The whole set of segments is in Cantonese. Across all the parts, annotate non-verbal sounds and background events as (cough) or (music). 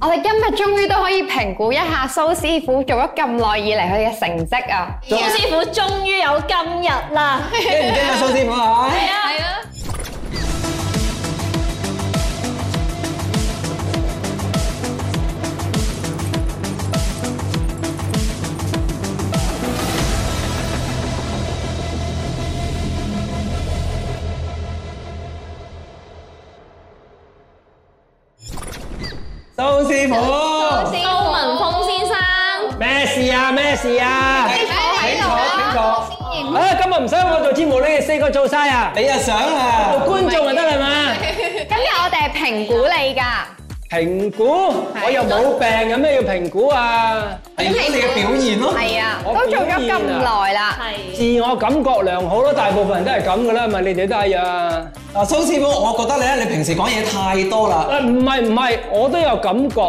我哋今日終於都可以評估一下蘇師傅做咗咁耐以嚟佢嘅成績啊！蘇師傅終於有今日啦！驚唔驚啊，蘇師傅啊？係啊，啊，蘇蘇師傅，師蘇文傅，峰先生，咩事啊？咩事啊？你坐喺度啦，請先認。啊，今日唔使我做節目，你哋四個做晒啊！你又想做啊？觀眾就得啦嘛。今日我哋係評估你㗎，評估，我又冇病，有咩要評估啊？係如果你嘅表現咯，係啊，我都做咗咁耐啦，係自我感覺良好咯，大部分人都係咁噶啦，咪你哋都係啊？啊蘇師傅，我覺得咧，你平時講嘢太多啦，啊，唔係唔係，我都有感覺，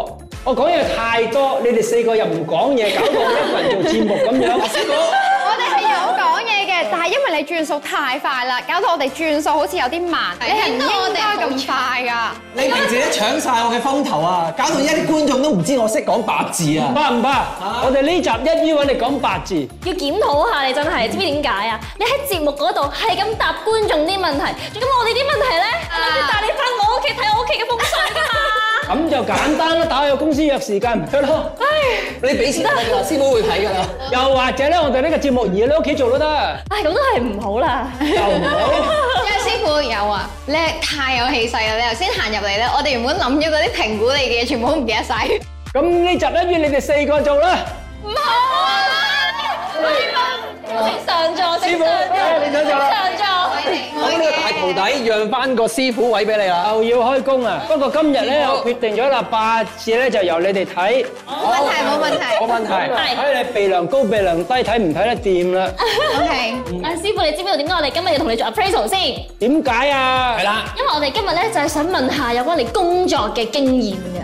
我講嘢太多，你哋四個又唔講嘢，搞到我一個人做節目咁樣。師傅，我哋係有講嘢嘅，但係因為你轉數太快啦，搞到我哋轉數好似有啲慢，你係唔應該咁快㗎。你平時咧搶晒我嘅風頭啊，搞到而家啲觀眾都唔知我識講八字啊！怕唔怕？我哋呢集一於揾你講八字，要檢討下你真係，知唔知點解啊？你喺節目嗰度係咁答觀眾啲問題，咁我哋啲問題咧，我要帶你翻我屋企睇我屋企嘅風水㗎嘛。咁就簡單啦，打去公司約時間咪得咯。你俾錢我㗎啦，師傅會睇㗎啦。又或者咧，我哋呢個節目而你屋企做都得，唉，咁都係唔好啦。就唔好。因為師傅有啊，你係太有氣勢啦！你頭先行入嚟咧，我哋原本諗咗嗰啲評估你嘅嘢，全部都唔記得晒。咁呢集咧，要你哋四個做啦。唔好啊！請上座，請上座，請上座。我呢個大徒弟讓翻個師傅位俾你啦。又要開工啊！不過今日咧，我決定咗啦，八字咧就由你哋睇，冇問題，冇問題。冇問題。係睇你鼻梁高、鼻梁低，睇唔睇得掂啦？ O K，啊，師傅，你知唔知道點解我哋今日要同你做 appraisal 先？因點解啊？係啦，為我哋今日咧就係想問下有關你工作嘅經驗嘅。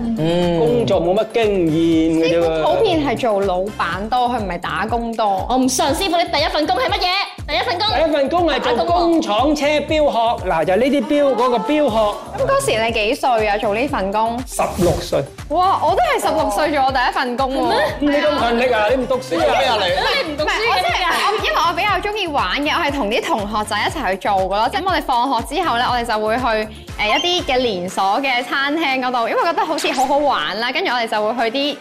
工作冇乜經驗嘅啫師傅普喎。遍係做老闆多，佢唔係打工多。我唔信，師傅你第一份工係乜嘢？第一份工第一份工係做工廠車標殼，嗱就係呢啲標嗰個標殼，咁嗰時你幾歲啊？做呢份工？十六歲。哇！我都係十六歲做我第一份工喎。咁你咁勤力啊？你唔讀書啊？咩啊你？你唔讀唔係，書我嘅真係咩？我，因為我比較中意玩嘅，我係同啲同學仔一齊去做嘅咯。即係我哋放學之後咧，我哋就會去誒一啲嘅連鎖嘅餐廳嗰度，因為覺得好似好好玩啦。跟住我哋就會去啲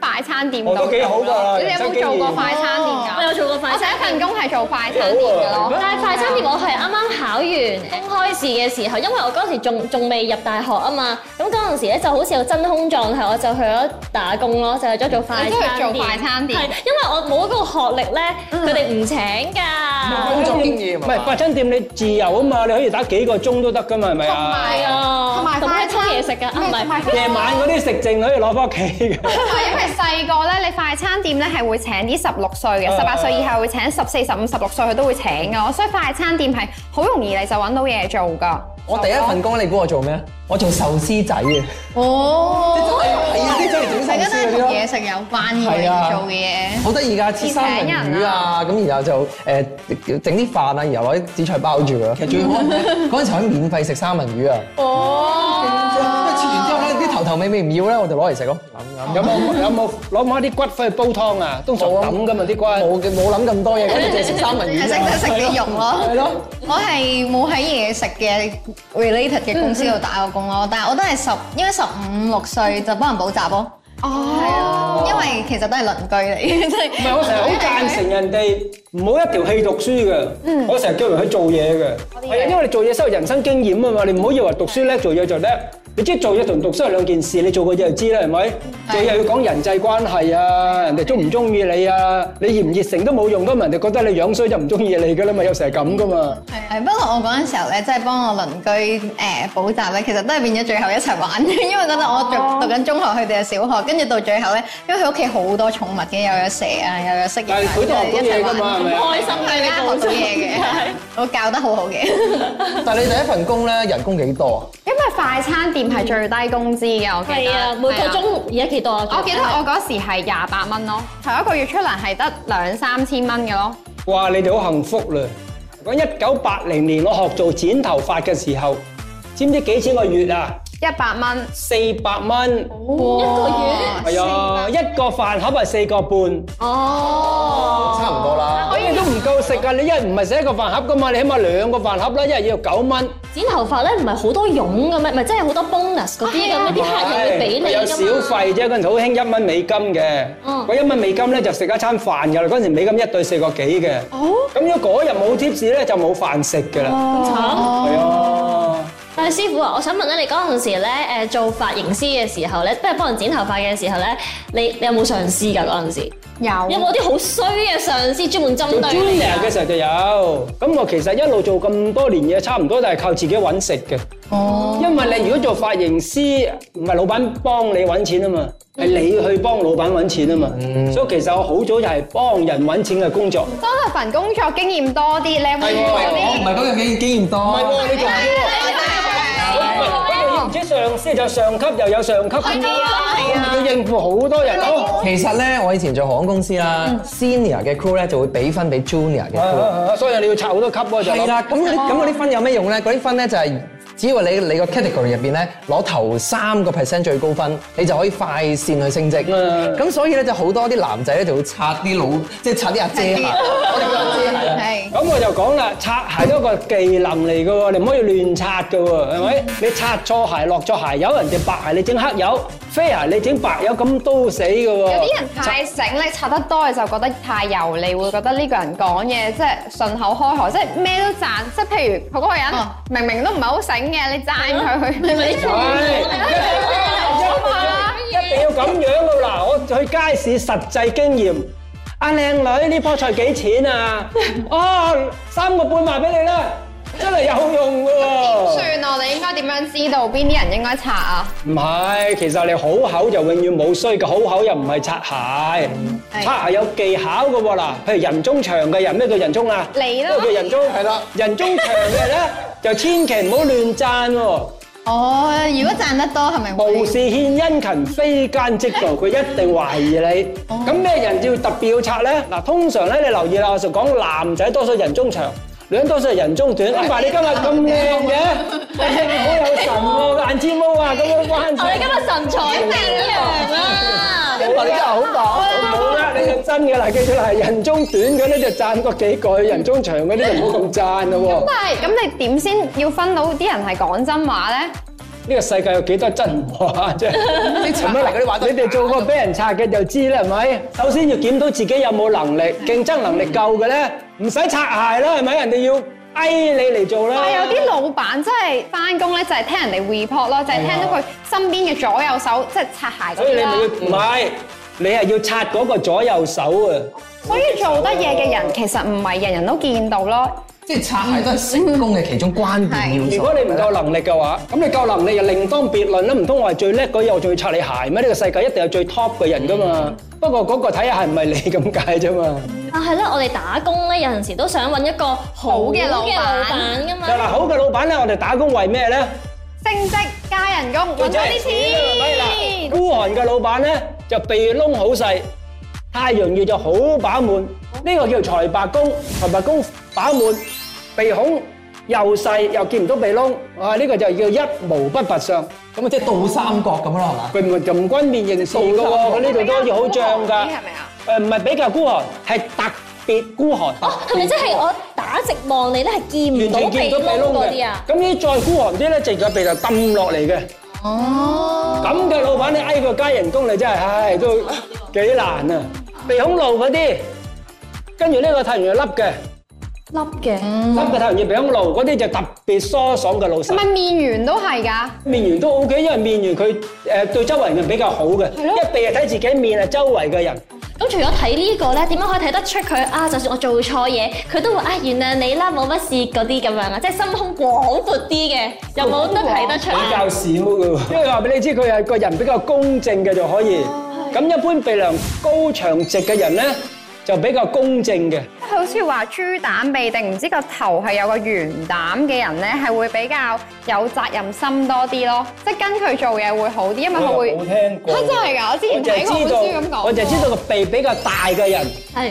快餐店度。我都幾好㗎你哋有冇做過快餐店我㗎？有做過快我第餐一份工係做快餐店嘅啊咯。但係快餐店我係啱啱考完公開試嘅時候，因為我嗰時仲仲未入大學啊嘛，咁嗰陣時咧就好似有真空狀態，我就去咗打工咯，就去咗做快餐店。你都係做快餐店嗯係因為我冇嗰個學歷咧，佢哋唔請㗎。工作經驗唔係快餐店，你自由啊嘛，你可以打幾個鐘都得㗎嘛，係咪同啊？埋啊同埋咁快可以餐沖嘢食㗎啊唔係唔係同埋夜晚嗰啲食剩可以攞翻屋企嘅。同埋因為細個咧，你快餐店咧係會請啲十六歲嘅，哦嗯十八歲以下會請十四、十五、十六歲佢都會請㗎，所以快餐店係好容易你就揾到嘢做㗎。我第一份工，你估我做咩？我做壽司仔啊！哦，係啊，啲真係整壽司嗰啲咯。食有關嘅係啊嘅嘢。好得意㗎，切三文魚啊，咁然後就誒整啲飯啊，然後攞啲紫菜包住佢咯。其實最 (laughs) 好嗰陣時可以免費食三文魚啊，哦，因為切完之後咧啲頭頭尾尾唔要咧，我就攞嚟食咯。有冇有冇攞翻啲骨翻去煲湯啊？通常抌噶嘛啲骨。冇嘅冇諗咁多嘢，跟住就食三文魚係 (laughs) 識得啫。食嘅肉咯。係咯，我係冇喺嘢食嘅 related 嘅公司度打過工咯，但係我都係十應該十五六歲就幫人補習咯，哦，因為其實都係鄰居嚟 (laughs) 嘅，唔即係，我成日好贊成人哋唔好一條氣讀書嘅。我成日叫人去做嘢嘅。係啊，因為你做嘢收人生經驗啊嘛，你唔好以為讀書叻做嘢就叻。你知做嘢同讀書係兩件事，你做過嘢就知啦，係咪？做嘢又要講人際關係啊，人哋中唔中意你啊，你熱唔熱誠都冇用噶嘛，人哋覺得你樣衰就唔中意你噶啦嘛，有時係咁噶嘛。係不過我嗰陣時候咧，即係幫我鄰居誒補習咧，其實都係變咗最後一齊 (laughs) 玩，因為嗰陣我讀讀緊中學，佢哋係小學，跟住到最後咧，因為佢屋企好多寵物嘅，又有蛇啊，又有蜥蜴但係啊，佢都學到一齊嘢㗎嘛，係玩。咪啊？開心嘅係你啊，學做到嘢嘅，我教得好好嘅。但係你第一份工咧，人工幾多啊？因為快餐店係最低工資嘅，我記得。係啊，每個係啊。鐘而家幾多啊？我記得我嗰時係廿八蚊咯，頭一個月出糧係得兩三千蚊嘅咯。哇！你哋好幸福啦！講一九八零年我學做剪頭髮嘅時候，知唔知幾錢個月啊？一百蚊，四百蚊，一個月？係啊，一個飯盒係四個半。哦，啊差唔多啦。咁你都唔夠食啊㗎，你一日唔係食一個飯盒㗎嘛，你起碼兩個飯盒啦，一日要九蚊。剪頭髮咧唔係好多傭嘅咩？唔係真係好多 bonus 嗰啲哦咁啊樣，啲客人會俾你有㗎小嘛。費啫，嗰陣時好興一蚊美金嘅。嗯嗰一蚊美金咧就食一餐飯㗎啦，嗰陣時美金一對四個幾嘅。哦咁如果嗰日冇 tips 咧，就冇飯食㗎啦。咁慘。係啊，但係師傅啊，我想問咧，你嗰陣時咧誒做髮型師嘅時候咧，即係幫人剪頭髮嘅時候咧，你你有冇上司㗎嗰陣時？有有冇啲好衰嘅上司專門針做對你 junior 㗎嘅時候就有。咁我其實一路做咁多年嘢，差唔多都係靠自己揾食嘅。哦，因為你如果做髮型師，唔係老闆幫你揾錢啊嘛，係你去幫老闆揾錢啊嘛。所以其實我好早就係幫人揾錢嘅工作。當佢份工作經驗多啲咧，會唔會有我唔啲係嗰樣經經驗多。啊唔係喎，你仲唔知上司就上級又有上級咁樣，要應付好多人咯。其實咧，我以前做航空公司啦，senior 嘅 crew 咧就會俾分俾 junior 嘅啊 crew。啊啊所以你要拆好多級喎就。係啦，咁你咁嗰啲分有咩用咧？嗰啲分咧就係只要你你個 category 入邊咧攞頭三個 percent 最高分，你就可以快線去升職。嗯咁所以咧就好多啲男仔咧就會擦啲老，即係擦啲阿姐啊鞋。係。咁我就講啦，擦鞋都係一個技能嚟嘅喎，你唔可以亂擦嘅喎，係咪？你擦錯鞋落咗鞋油，人哋白鞋你整黑油，啡鞋你整白油，咁都死嘅喎。有啲人太醒咧，擦得多你就覺得太油膩，會覺得呢個人講嘢即係順口開河，即係咩都讚。即係譬如佢嗰個人哦明明都唔係好醒嘅，你讚佢佢，你咪係哎啊一定要咁樣噶嗱，我去街市實際經驗。阿靚女，呢棵菜幾錢啊？哦，三個半賣俾你啦，真係有用噶喎。算我哋應該點樣知道邊啲人應該擦啊？唔係，其實你好口就永遠冇衰嘅，好口又唔係擦鞋，係擦鞋有技巧嘅喎嗱。譬如人中長嘅人，咩叫人中啊？你啦咩叫人中？係啦，人中長嘅 (laughs) 咧，就千祈唔好亂讚喎。哦，如果賺得多係咪會無事獻殷勤，非奸即盜，佢一定懷疑你。咁咩人要特別要拆咧？嗱，通常咧你留意啦，我常講男仔多數人中長，女人多數係人中短。阿爸你今日咁靚嘅，你好有神喎，眼睫毛啊咁樣彎我哋今成。日神采飛揚啊！我話你真係好講，冇啦，你就真嘅啦，記住啦，人中短嗰啲就讚多幾句，人中長嗰啲就唔好咁讚 (laughs) 咯但係咁你點先要分到啲人係講真話咧？喎。呢個世界有幾多真話 (laughs) 啫？你擦嚟嗰啲話都你哋做過俾人拆嘅就知啦，係咪？首先要檢討自己有冇 (laughs) 能力，競爭能力夠嘅咧，唔使擦鞋啦，係咪？人哋要哎你嚟做啦。但係有啲老闆真係翻工咧，就係聽人哋 report 啊咯，就係聽到佢身邊嘅左右手即係擦鞋所嗰以你啲啦。咪要唔係，你係要擦嗰個左右手啊。所以做得嘢嘅人其實唔係人人都見到咯。即係擦鞋都係成功嘅其中關鍵要素。如果你唔夠能力嘅話，咁你夠能力就另當別論啦。唔通我係最叻嗰日，我仲要擦你鞋咩？呢個世界一定有最 top 嘅人噶嘛。不過嗰個睇下係唔係你咁解啫嘛。但啊係咧，我哋打工咧，有陣時都想揾一個好嘅老闆㗎嘛嗱，。好嘅老闆咧，我哋打工為咩咧？升職加人工，最揾多啲嗱，錢。孤寒嘅老闆咧就鼻窿好細，太陽穴就好飽滿，呢個叫財帛宮，財帛宮飽滿，鼻孔又細又見唔到鼻窿，啊呢個就叫一毛不拔相，咁啊，即係倒三角咁咯，係嘛？佢唔係就唔均面形事嘅喎，佢呢度都要好脹㗎，係咪啊？誒唔係比較孤寒，係特別孤寒。哦，係咪即係我打直望你咧係見唔到完全鼻見唔到鼻窿窿嗰嘅啲啊，？咁呢啲再孤寒啲咧，直個鼻就揼落嚟嘅。哦，咁嘅老闆你挨個加人工，你真係唉都幾難啊！鼻孔露嗰啲，跟住呢個太陽穴凹嘅，粒嘅，凹嘅太陽穴鼻孔露嗰啲就特別疏爽嘅老係細咪。啊面圓都係㗎？面緣都 O K，因為面緣佢誒對周圍人比較好嘅，一鼻係睇自己，面係周圍嘅人。咁除咗睇呢個咧，點樣可以睇得出佢啊？就算我做錯嘢，佢都會啊原諒你啦，冇乜事嗰啲咁樣啊，即係心胸廣闊啲嘅，有冇得睇得 (laughs) 出比啊？較少嘅喎，因為話俾你知佢係個人比較公正嘅就可以。咁一般鼻梁高長直嘅人咧，就比較公正嘅。佢好似話豬蛋鼻定唔知個頭係有個圓膽嘅人咧，係會比較有責任心多啲咯，即係跟佢做嘢會好啲，因為佢會冇聽過嚇 (laughs) 真係㗎，我之我前就係睇過本書知咁道，講。我就係知道個鼻比較大嘅人係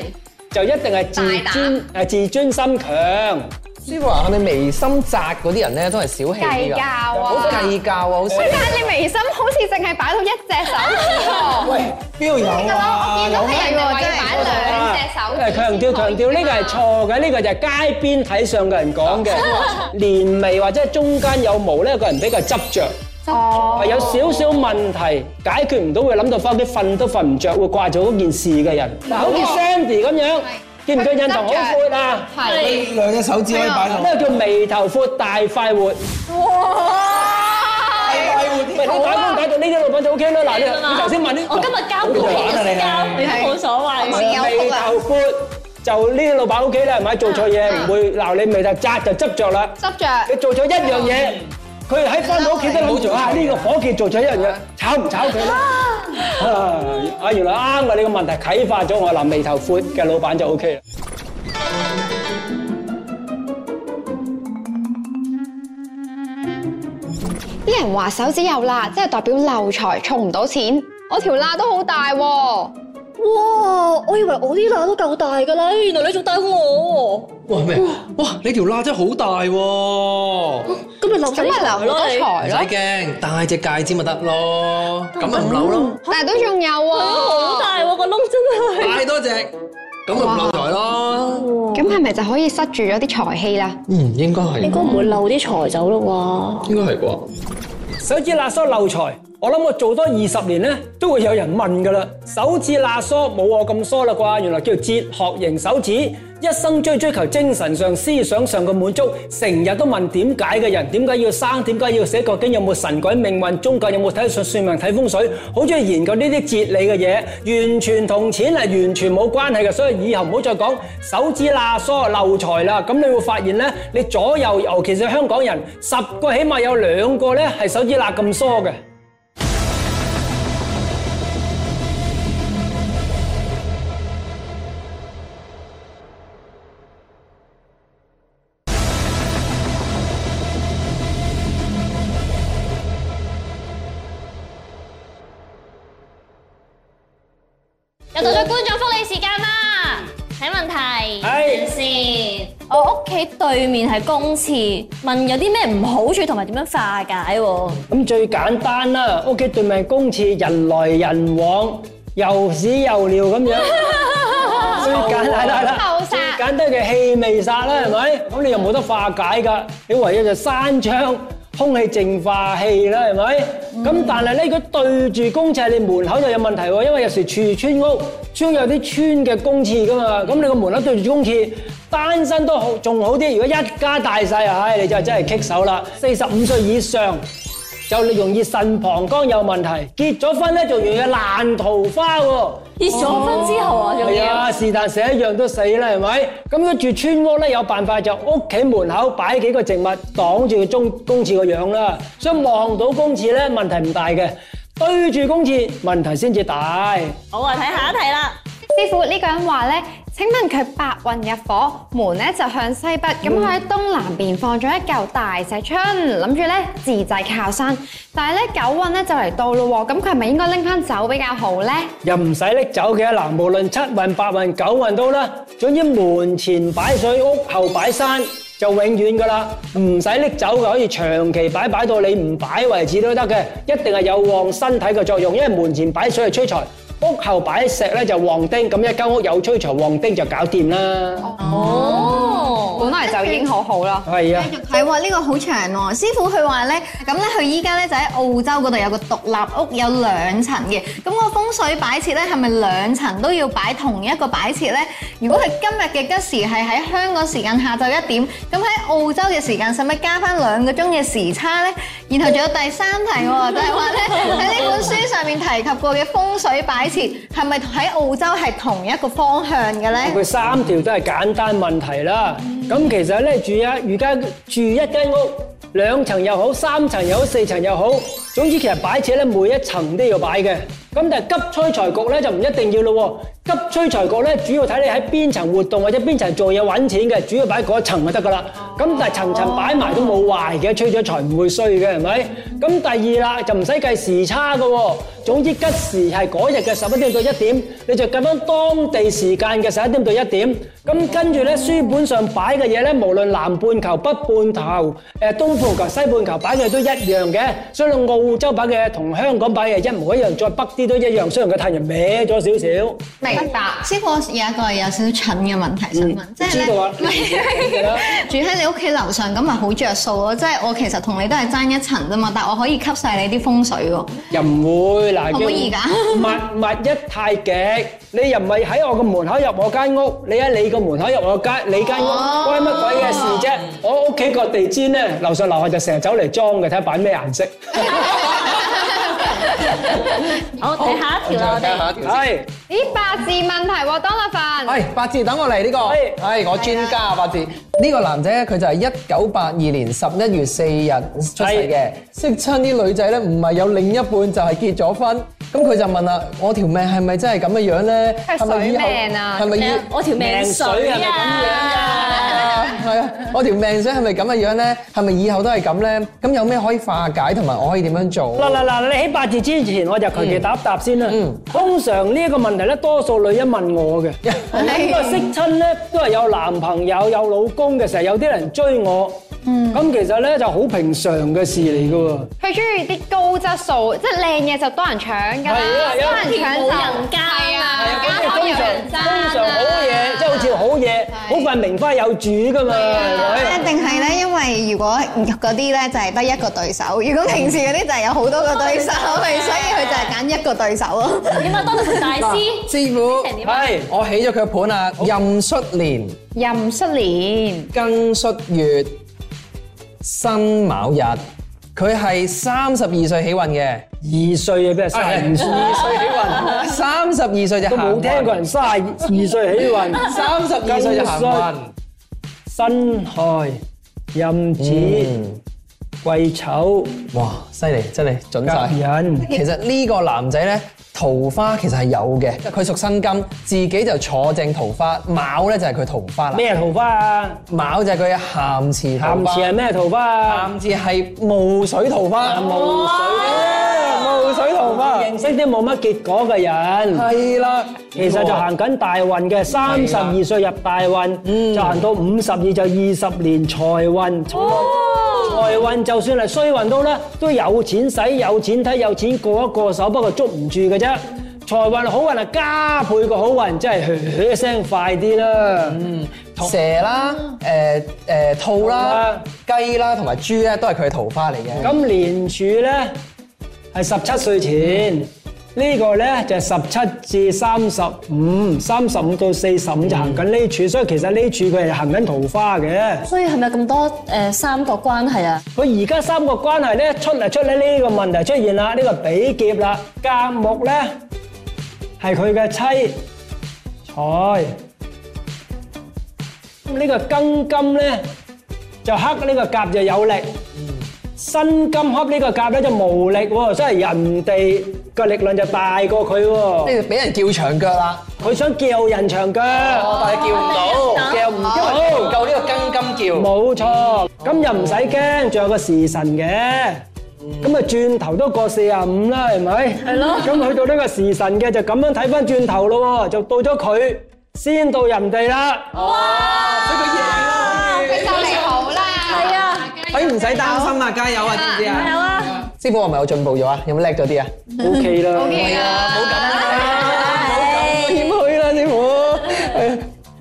就一定係自尊誒自尊心強，舒華係咪眉心窄嗰啲人咧，都係小氣啲計㗎較啊好計較啊，好小但係你眉心好似淨係擺到一隻手指喎。喂，邊度有啊？我見到係人哋話要擺兩隻手指。誒強調強調，呢個係錯嘅，呢個就係街邊睇相嘅 (laughs) 人講嘅。連眉或者係中間有毛咧，個人比較執着，哦係有少少問題解決唔到，會諗到翻屋企瞓都瞓唔着，會掛住嗰件事嘅人。嗱，好似 Sandy 咁樣，見唔見印堂好闊啊？係。兩隻手指可以擺到，咩叫眉頭闊大快活？哇！快活喂，你打工打到呢啲老闆就 OK 啦。嗱，你你頭先問呢？我今日交股期好玩啊你交，你都冇所謂。係啊眉頭闊就呢啲老闆 OK 啦，係咪？做錯嘢唔會鬧你眉頭窄就執着啦。執着你做咗一樣嘢，佢喺翻到屋企都諗住啊，呢個伙計做咗一樣嘢，炒唔炒佢咧？啊，啊原來啱嘅，你個問題啟發咗我，嗱眉頭闊嘅老闆就 OK 啦。啲人話手指有罅，即係代表漏財，儲唔到錢。我條罅都好大喎，哇！我以為我啲罅都夠大㗎啦，原來你仲大過我哇咩？哇你條罅真係好大喎！唔喎。咁咪留咁咪留好多財使咯。驚，戴隻戒指咪得咯，咁咪唔扭咯，但係都仲有好喎，大喎個窿真係。戴多隻，咁咪唔漏財咯。咁係咪就可以塞住咗啲財氣啦？嗯，應該係，應唔會漏啲財走咯該係啩。手指罅疏漏財，我諗我做多二十年咧，都會有人問噶啦。手指罅疏冇我咁疏啦啩？原來叫哲學型手指，一生追追求精神上、思想上嘅滿足，成日都問點解嘅人，點解要生，點解要死，究竟有冇神鬼命運，宗教有冇睇算算命睇風水，好中意研究呢啲哲理嘅嘢，完全同錢係完全冇關係嘅，所以以後唔好再講手指罅疏漏財啦。咁你會發現咧，你左右尤其是香港人，十個起碼有兩個咧係手指罅咁疏嘅。又到咗觀眾福利時間啦，睇問題係先。我屋企對面係公廁，問有啲咩唔好處同埋點樣化解 (laughs) 喎？咁最簡單啦，屋企對面公廁人來人往，又屎又尿咁樣，最簡單啦臭啦，殺最簡單嘅氣味殺啦，係咪？咁你又冇得化解㗎，你唯有就閂窗。空氣淨化器啦，係咪？咁但係咧，如果對住公廁，你門口就有問題喎，因為有時住村屋，村有啲村嘅公廁㗎嘛，咁你個門口對住公廁，單身都好仲好啲。如果一家大細，唉，你就真係棘手啦。四十五歲以上。就你容易腎膀胱有問題，結咗婚咧仲容易爛桃花喎。結咗婚之後啊，仲係要啊，是但死一樣都死啦，係咪？咁如果住村屋咧，有辦法就屋企門口擺幾個植物擋住個中公廁個樣啦，所以望到公廁咧問題唔大嘅，對住公廁問題先至大。好啊，睇下一題啦。師傅呢個人話咧，請問佢白雲入火，門咧就向西北，咁佢喺東南邊放咗一嚿大石春，諗住咧自製靠山。但係咧九運咧就嚟到咯喎，咁佢係咪應該拎翻走比較好咧？又唔使拎走嘅嗱，無論七運、八運、九運都啦，總之門前擺水，屋後擺山，就永遠噶啦，唔使拎走嘅，可以長期擺擺到你唔擺為止都得嘅，一定係有旺身體嘅作用，因為門前擺水係催財，屋後擺石咧就旺丁，咁一間屋有催財旺丁就搞掂啦。哦，本來就已經好好啦。係啊，繼續睇喎，呢個好長喎。師傅佢話咧，咁咧佢依家咧就喺澳洲嗰度有個獨立屋，有兩層嘅。咁個風水擺設咧係咪兩層都要擺同一個擺設咧？如果佢今日嘅吉時係喺香港時間下晝一點，咁喺澳洲嘅時間使唔使加翻兩個鐘嘅時差咧？然後仲有第三題喎，就係話咧喺呢本書上面提及過嘅風水擺設係咪喺澳洲係同一個方向嘅咧？佢三條都係簡單問題啦。咁其實咧住一而家住一間屋，兩層又好，三層又好，四層又好，總之其實擺設咧每一層都要擺嘅。咁但係急催財局咧就唔一定要咯喎。急催財局咧主要睇你喺邊層活動或者邊層做嘢揾錢嘅，主要擺嗰一層就得噶啦。咁咁但係層層擺埋都冇壞嘅，吹咗財唔會衰嘅，係咪？咁第二啦，就唔使計時差嘅喎。總之吉時係嗰日嘅十一點到一點，你就計翻當地時間嘅十一點到一點。咁跟住咧，書本上擺嘅嘢咧，無論南半球、北半球、誒東半球、西半球擺嘅都一樣嘅。所以澳洲擺嘅同香港擺嘅一模一樣，再北啲都一樣。雖然個太陽歪咗少少。明白。師傅，我有一個有少少蠢嘅問題想問，即係知 (laughs) 道啊咧，唔係住喺你屋企樓上咁咪啊好着數咯？即係我其實同你都係爭一層啫嘛，但我可以吸晒你啲風水喎。又唔會嗱，可唔可以叫㗎物物一太極，你又唔係喺我個門口入我間屋，你喺你個門口入我間你間屋，哦關乜鬼嘅事啫？我屋企個地氈咧，樓上樓下就成日走嚟裝嘅，睇下擺咩顏色。好，我哋下一條啦，我睇下哋一條先。係啊咦，八字問題喎，Donovan。 (laughs) 係八字，等我嚟呢個。係係我專家啊八字。呢個男仔咧，佢就係一九八二年十一月四日出世嘅。識親啲女仔咧，唔係有另一半就係結咗婚。咁佢就問啦：我條命係咪真係咁嘅樣咧？係係咪以後水命啊係咪咩要啊？我條命水命水係咪咁啊！ (laughs) 係啊，我條命水係咪咁嘅樣咧？係咪以後都係咁咧？咁有咩可以化解同埋我可以點樣做？嗱嗱嗱，你喺八字之前，我就求其答一答先啦嗯。通常呢一個問題咧，多數女人問我嘅。咁啊，識親咧都係有男朋友、有老公嘅，成日有啲人追我。咁其實咧就好平常嘅事嚟嘅喎。佢中意啲高質素，即係靚嘢就多人搶㗎啦，係啊有多人搶就冇人耕啊係啊，係啊，家咁可你有通常人爭通常好嘢，即係好似好嘢，好快名花有主噶嘛，係一咪？定係咧，因為如果嗰啲咧就係得一個對手，如果平時嗰啲就係有好多個對手，哦咪所以佢就係揀一個對手咯。點啊，多謝大師。師傅，成點啊？係我起咗佢盤啦，壬戌年、任失年，庚戌月、辛卯日，佢係三十二歲起運嘅。二歲啊，俾人係卅二歲起運，三十二歲就都行運冇聽過人卅二歲起運，三十二歲就行運，辛亥、壬子、癸丑、哇！犀利，真係準甲晒。寅。其實呢個男仔咧，桃花其實係有嘅，佢屬辛金，自己就坐正桃花，卯咧就係佢桃花啦。咩桃花啊？卯就係佢嘅鹹池桃咸花。池係咩桃花啊？鹹池係霧水桃花。霧水，霧水桃花。認識啲冇乜結果嘅人。係啦，其實就行緊大運嘅，三十二歲入大運，就行到五十二就二十年財運。財運就算係衰運都啦，都有錢使、有錢睇、有錢過一過手，不過捉唔住嘅啫。財運好運係加倍個好運，真係嘘嘘聲快啲啦。蛇啦、誒誒啊兔啦啦、雞啦同埋豬咧，都係佢嘅桃花嚟嘅。咁年柱咧係十七歲前，呢個咧就係十七至三十五，三十五到四十五就行緊呢柱，所以其實呢柱佢係行緊桃花嘅。所以係咪咁多誒三角關係啊？佢而家三個關係咧出嚟出嚟呢個問題出現啦，呢、個比劫啦，甲木咧係佢嘅妻財，咁呢個庚金咧就克呢個甲就有力，辛金克呢個甲咧就無力喎，所以人哋個力量就大過佢喎，呢度俾人叫長腳啦，佢想叫人長腳，哦但係叫唔到，哦叫唔因為唔夠呢個庚金叫。冇錯，咁又唔使驚，仲有個時辰嘅。咁啊，轉頭都過四啊五啦，係咪？係咯。咁去到呢個時辰嘅就咁樣睇翻轉頭咯喎，就到咗佢先到人哋啦。佢就嚟好啦。係啊，哎，唔使擔心啊，加油啊，知唔知啊？加油啊！師傅，我咪有進步咗啊？有冇叻咗啲啊？ O K 啦。 OK (laughs) 啦，冇咁謙虛啦，師傅。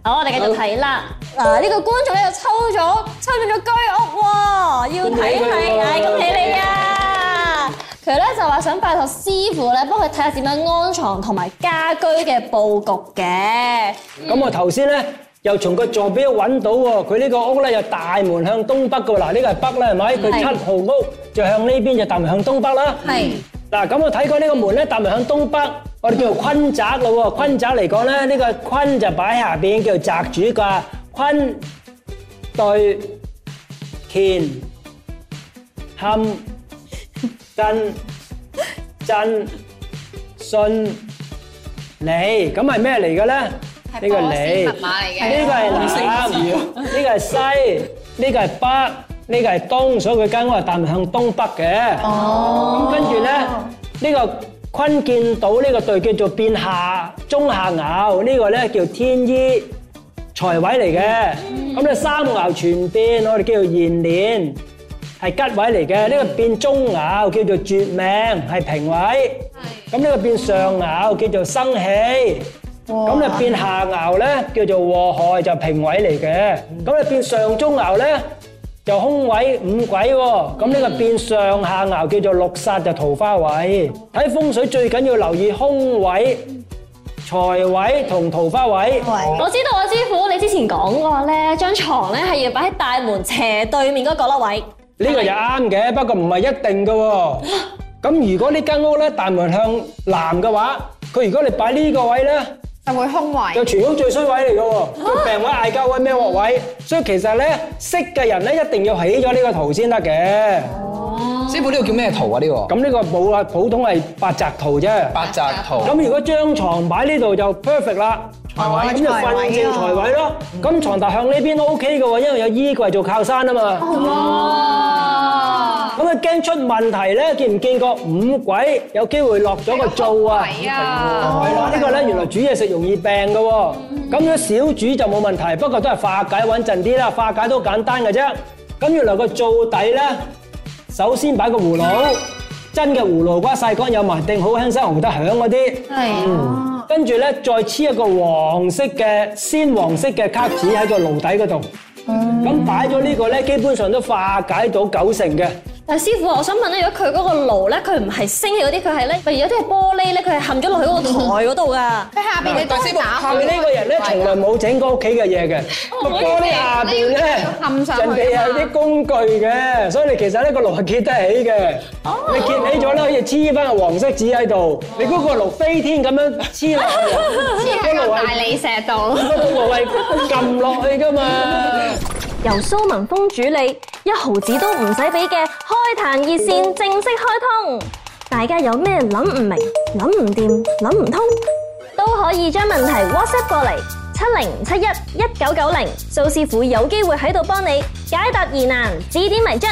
好，我哋繼續睇啦。嗱，呢個觀眾咧就抽咗抽中咗居屋喎，要睇睇，唉，恭喜你啊！佢咧就話想拜託師傅咧幫佢睇下點樣安床同埋家居嘅佈局嘅。咁我頭先咧又從個座標揾到喎，佢呢個屋咧有大門向東北嘅喎，嗱呢個係北啦，係咪？佢係七號屋就向呢邊就大門向東北啦。係嗱，咁我睇過呢個門咧，搭埋向東北，我哋叫做坤宅咯喎。坤宅嚟講咧，呢個坤就擺下邊，叫做宅主㗎。坤對乾坎艮震巽離，咁係咩嚟嘅咧？呢個離，密碼嚟嘅。呢個係南，呢個係西，呢個係北，呢個係東，所以佢間屋係大面向東北嘅。哦，咁跟住咧，呢個坤建島呢個隊叫做變下中下牛，呢個咧叫天醫財位嚟嘅。咁咧三牛全變，我哋叫做現年。係吉位嚟嘅，呢個變中牛叫做絕命，係平位。咁呢個變上牛叫做生氣。咁咧變下牛咧叫做禍害，就平位嚟嘅。咁咧變上中牛咧就空位五鬼喎。咁呢個變上下牛叫做六煞，就桃花位。睇風水最緊要留意空位、財位同桃花位。我知道啊，師傅，你之前講過咧，張床咧係要擺喺大門斜對面嗰個角落位。呢個又啱嘅，不過唔係一定嘅喎。咁如果呢間屋咧大門向南嘅話，佢如果你擺呢個位咧，就會空位就。全屋最衰位嚟嘅喎，佢病位、嗌交位、咩鑊位，所以其實咧識嘅人咧一定要起咗呢個圖先得嘅。師傅呢個叫咩圖啊？呢個咁呢個冇啊，普通係八宅圖啫。八宅圖。咁如果張床擺呢度就 perfect 啦，財位咁就瞓正財位咯。咁床頭向呢邊都 OK 嘅喎，因為有衣櫃做靠山啊嘛。哇！咁啊驚出問題咧，見唔見過五鬼有機會落咗個灶啊？係啊，係啦，呢個咧原來煮嘢食容易病嘅喎。咁樣少煮就冇問題，不過都係化解穩陣啲啦。化解都簡單嘅啫。咁原來個灶底咧，首先擺個葫蘆，真嘅葫蘆瓜細乾有埋，定好輕身紅得響嗰啲。嗯跟住咧，再黐一個黃色嘅鮮黃色嘅卡紙喺個爐底嗰度。咁擺咗呢個咧，基本上都化解到九成嘅。但係師傅，我想問咧，如果佢嗰個爐咧，佢唔係升起嗰啲，佢係咧，譬如有啲係玻璃咧，佢係陷咗落去嗰個台嗰度㗎。佢下邊你都打下面啊呢個人咧，從來冇整過屋企嘅嘢嘅，哦個玻璃下邊咧，你要冚上去啊嘛人哋有啲工具嘅，所以你其實呢個爐係揭得起嘅。哦你揭起咗咧，可以黐翻個黃色紙喺度。你嗰個爐飛天咁樣黐落 (laughs) 去啊，黐喺個大理石度。嗰個爐係撳落去㗎嘛。由蘇文峰主理，一毫子都唔使俾嘅開壇熱線正式開通，大家有咩諗唔明、諗唔掂、諗唔通，都可以將問題 WhatsApp 過嚟七零七一一九九零，蘇師傅有機會喺度幫你解答疑難，指點迷津。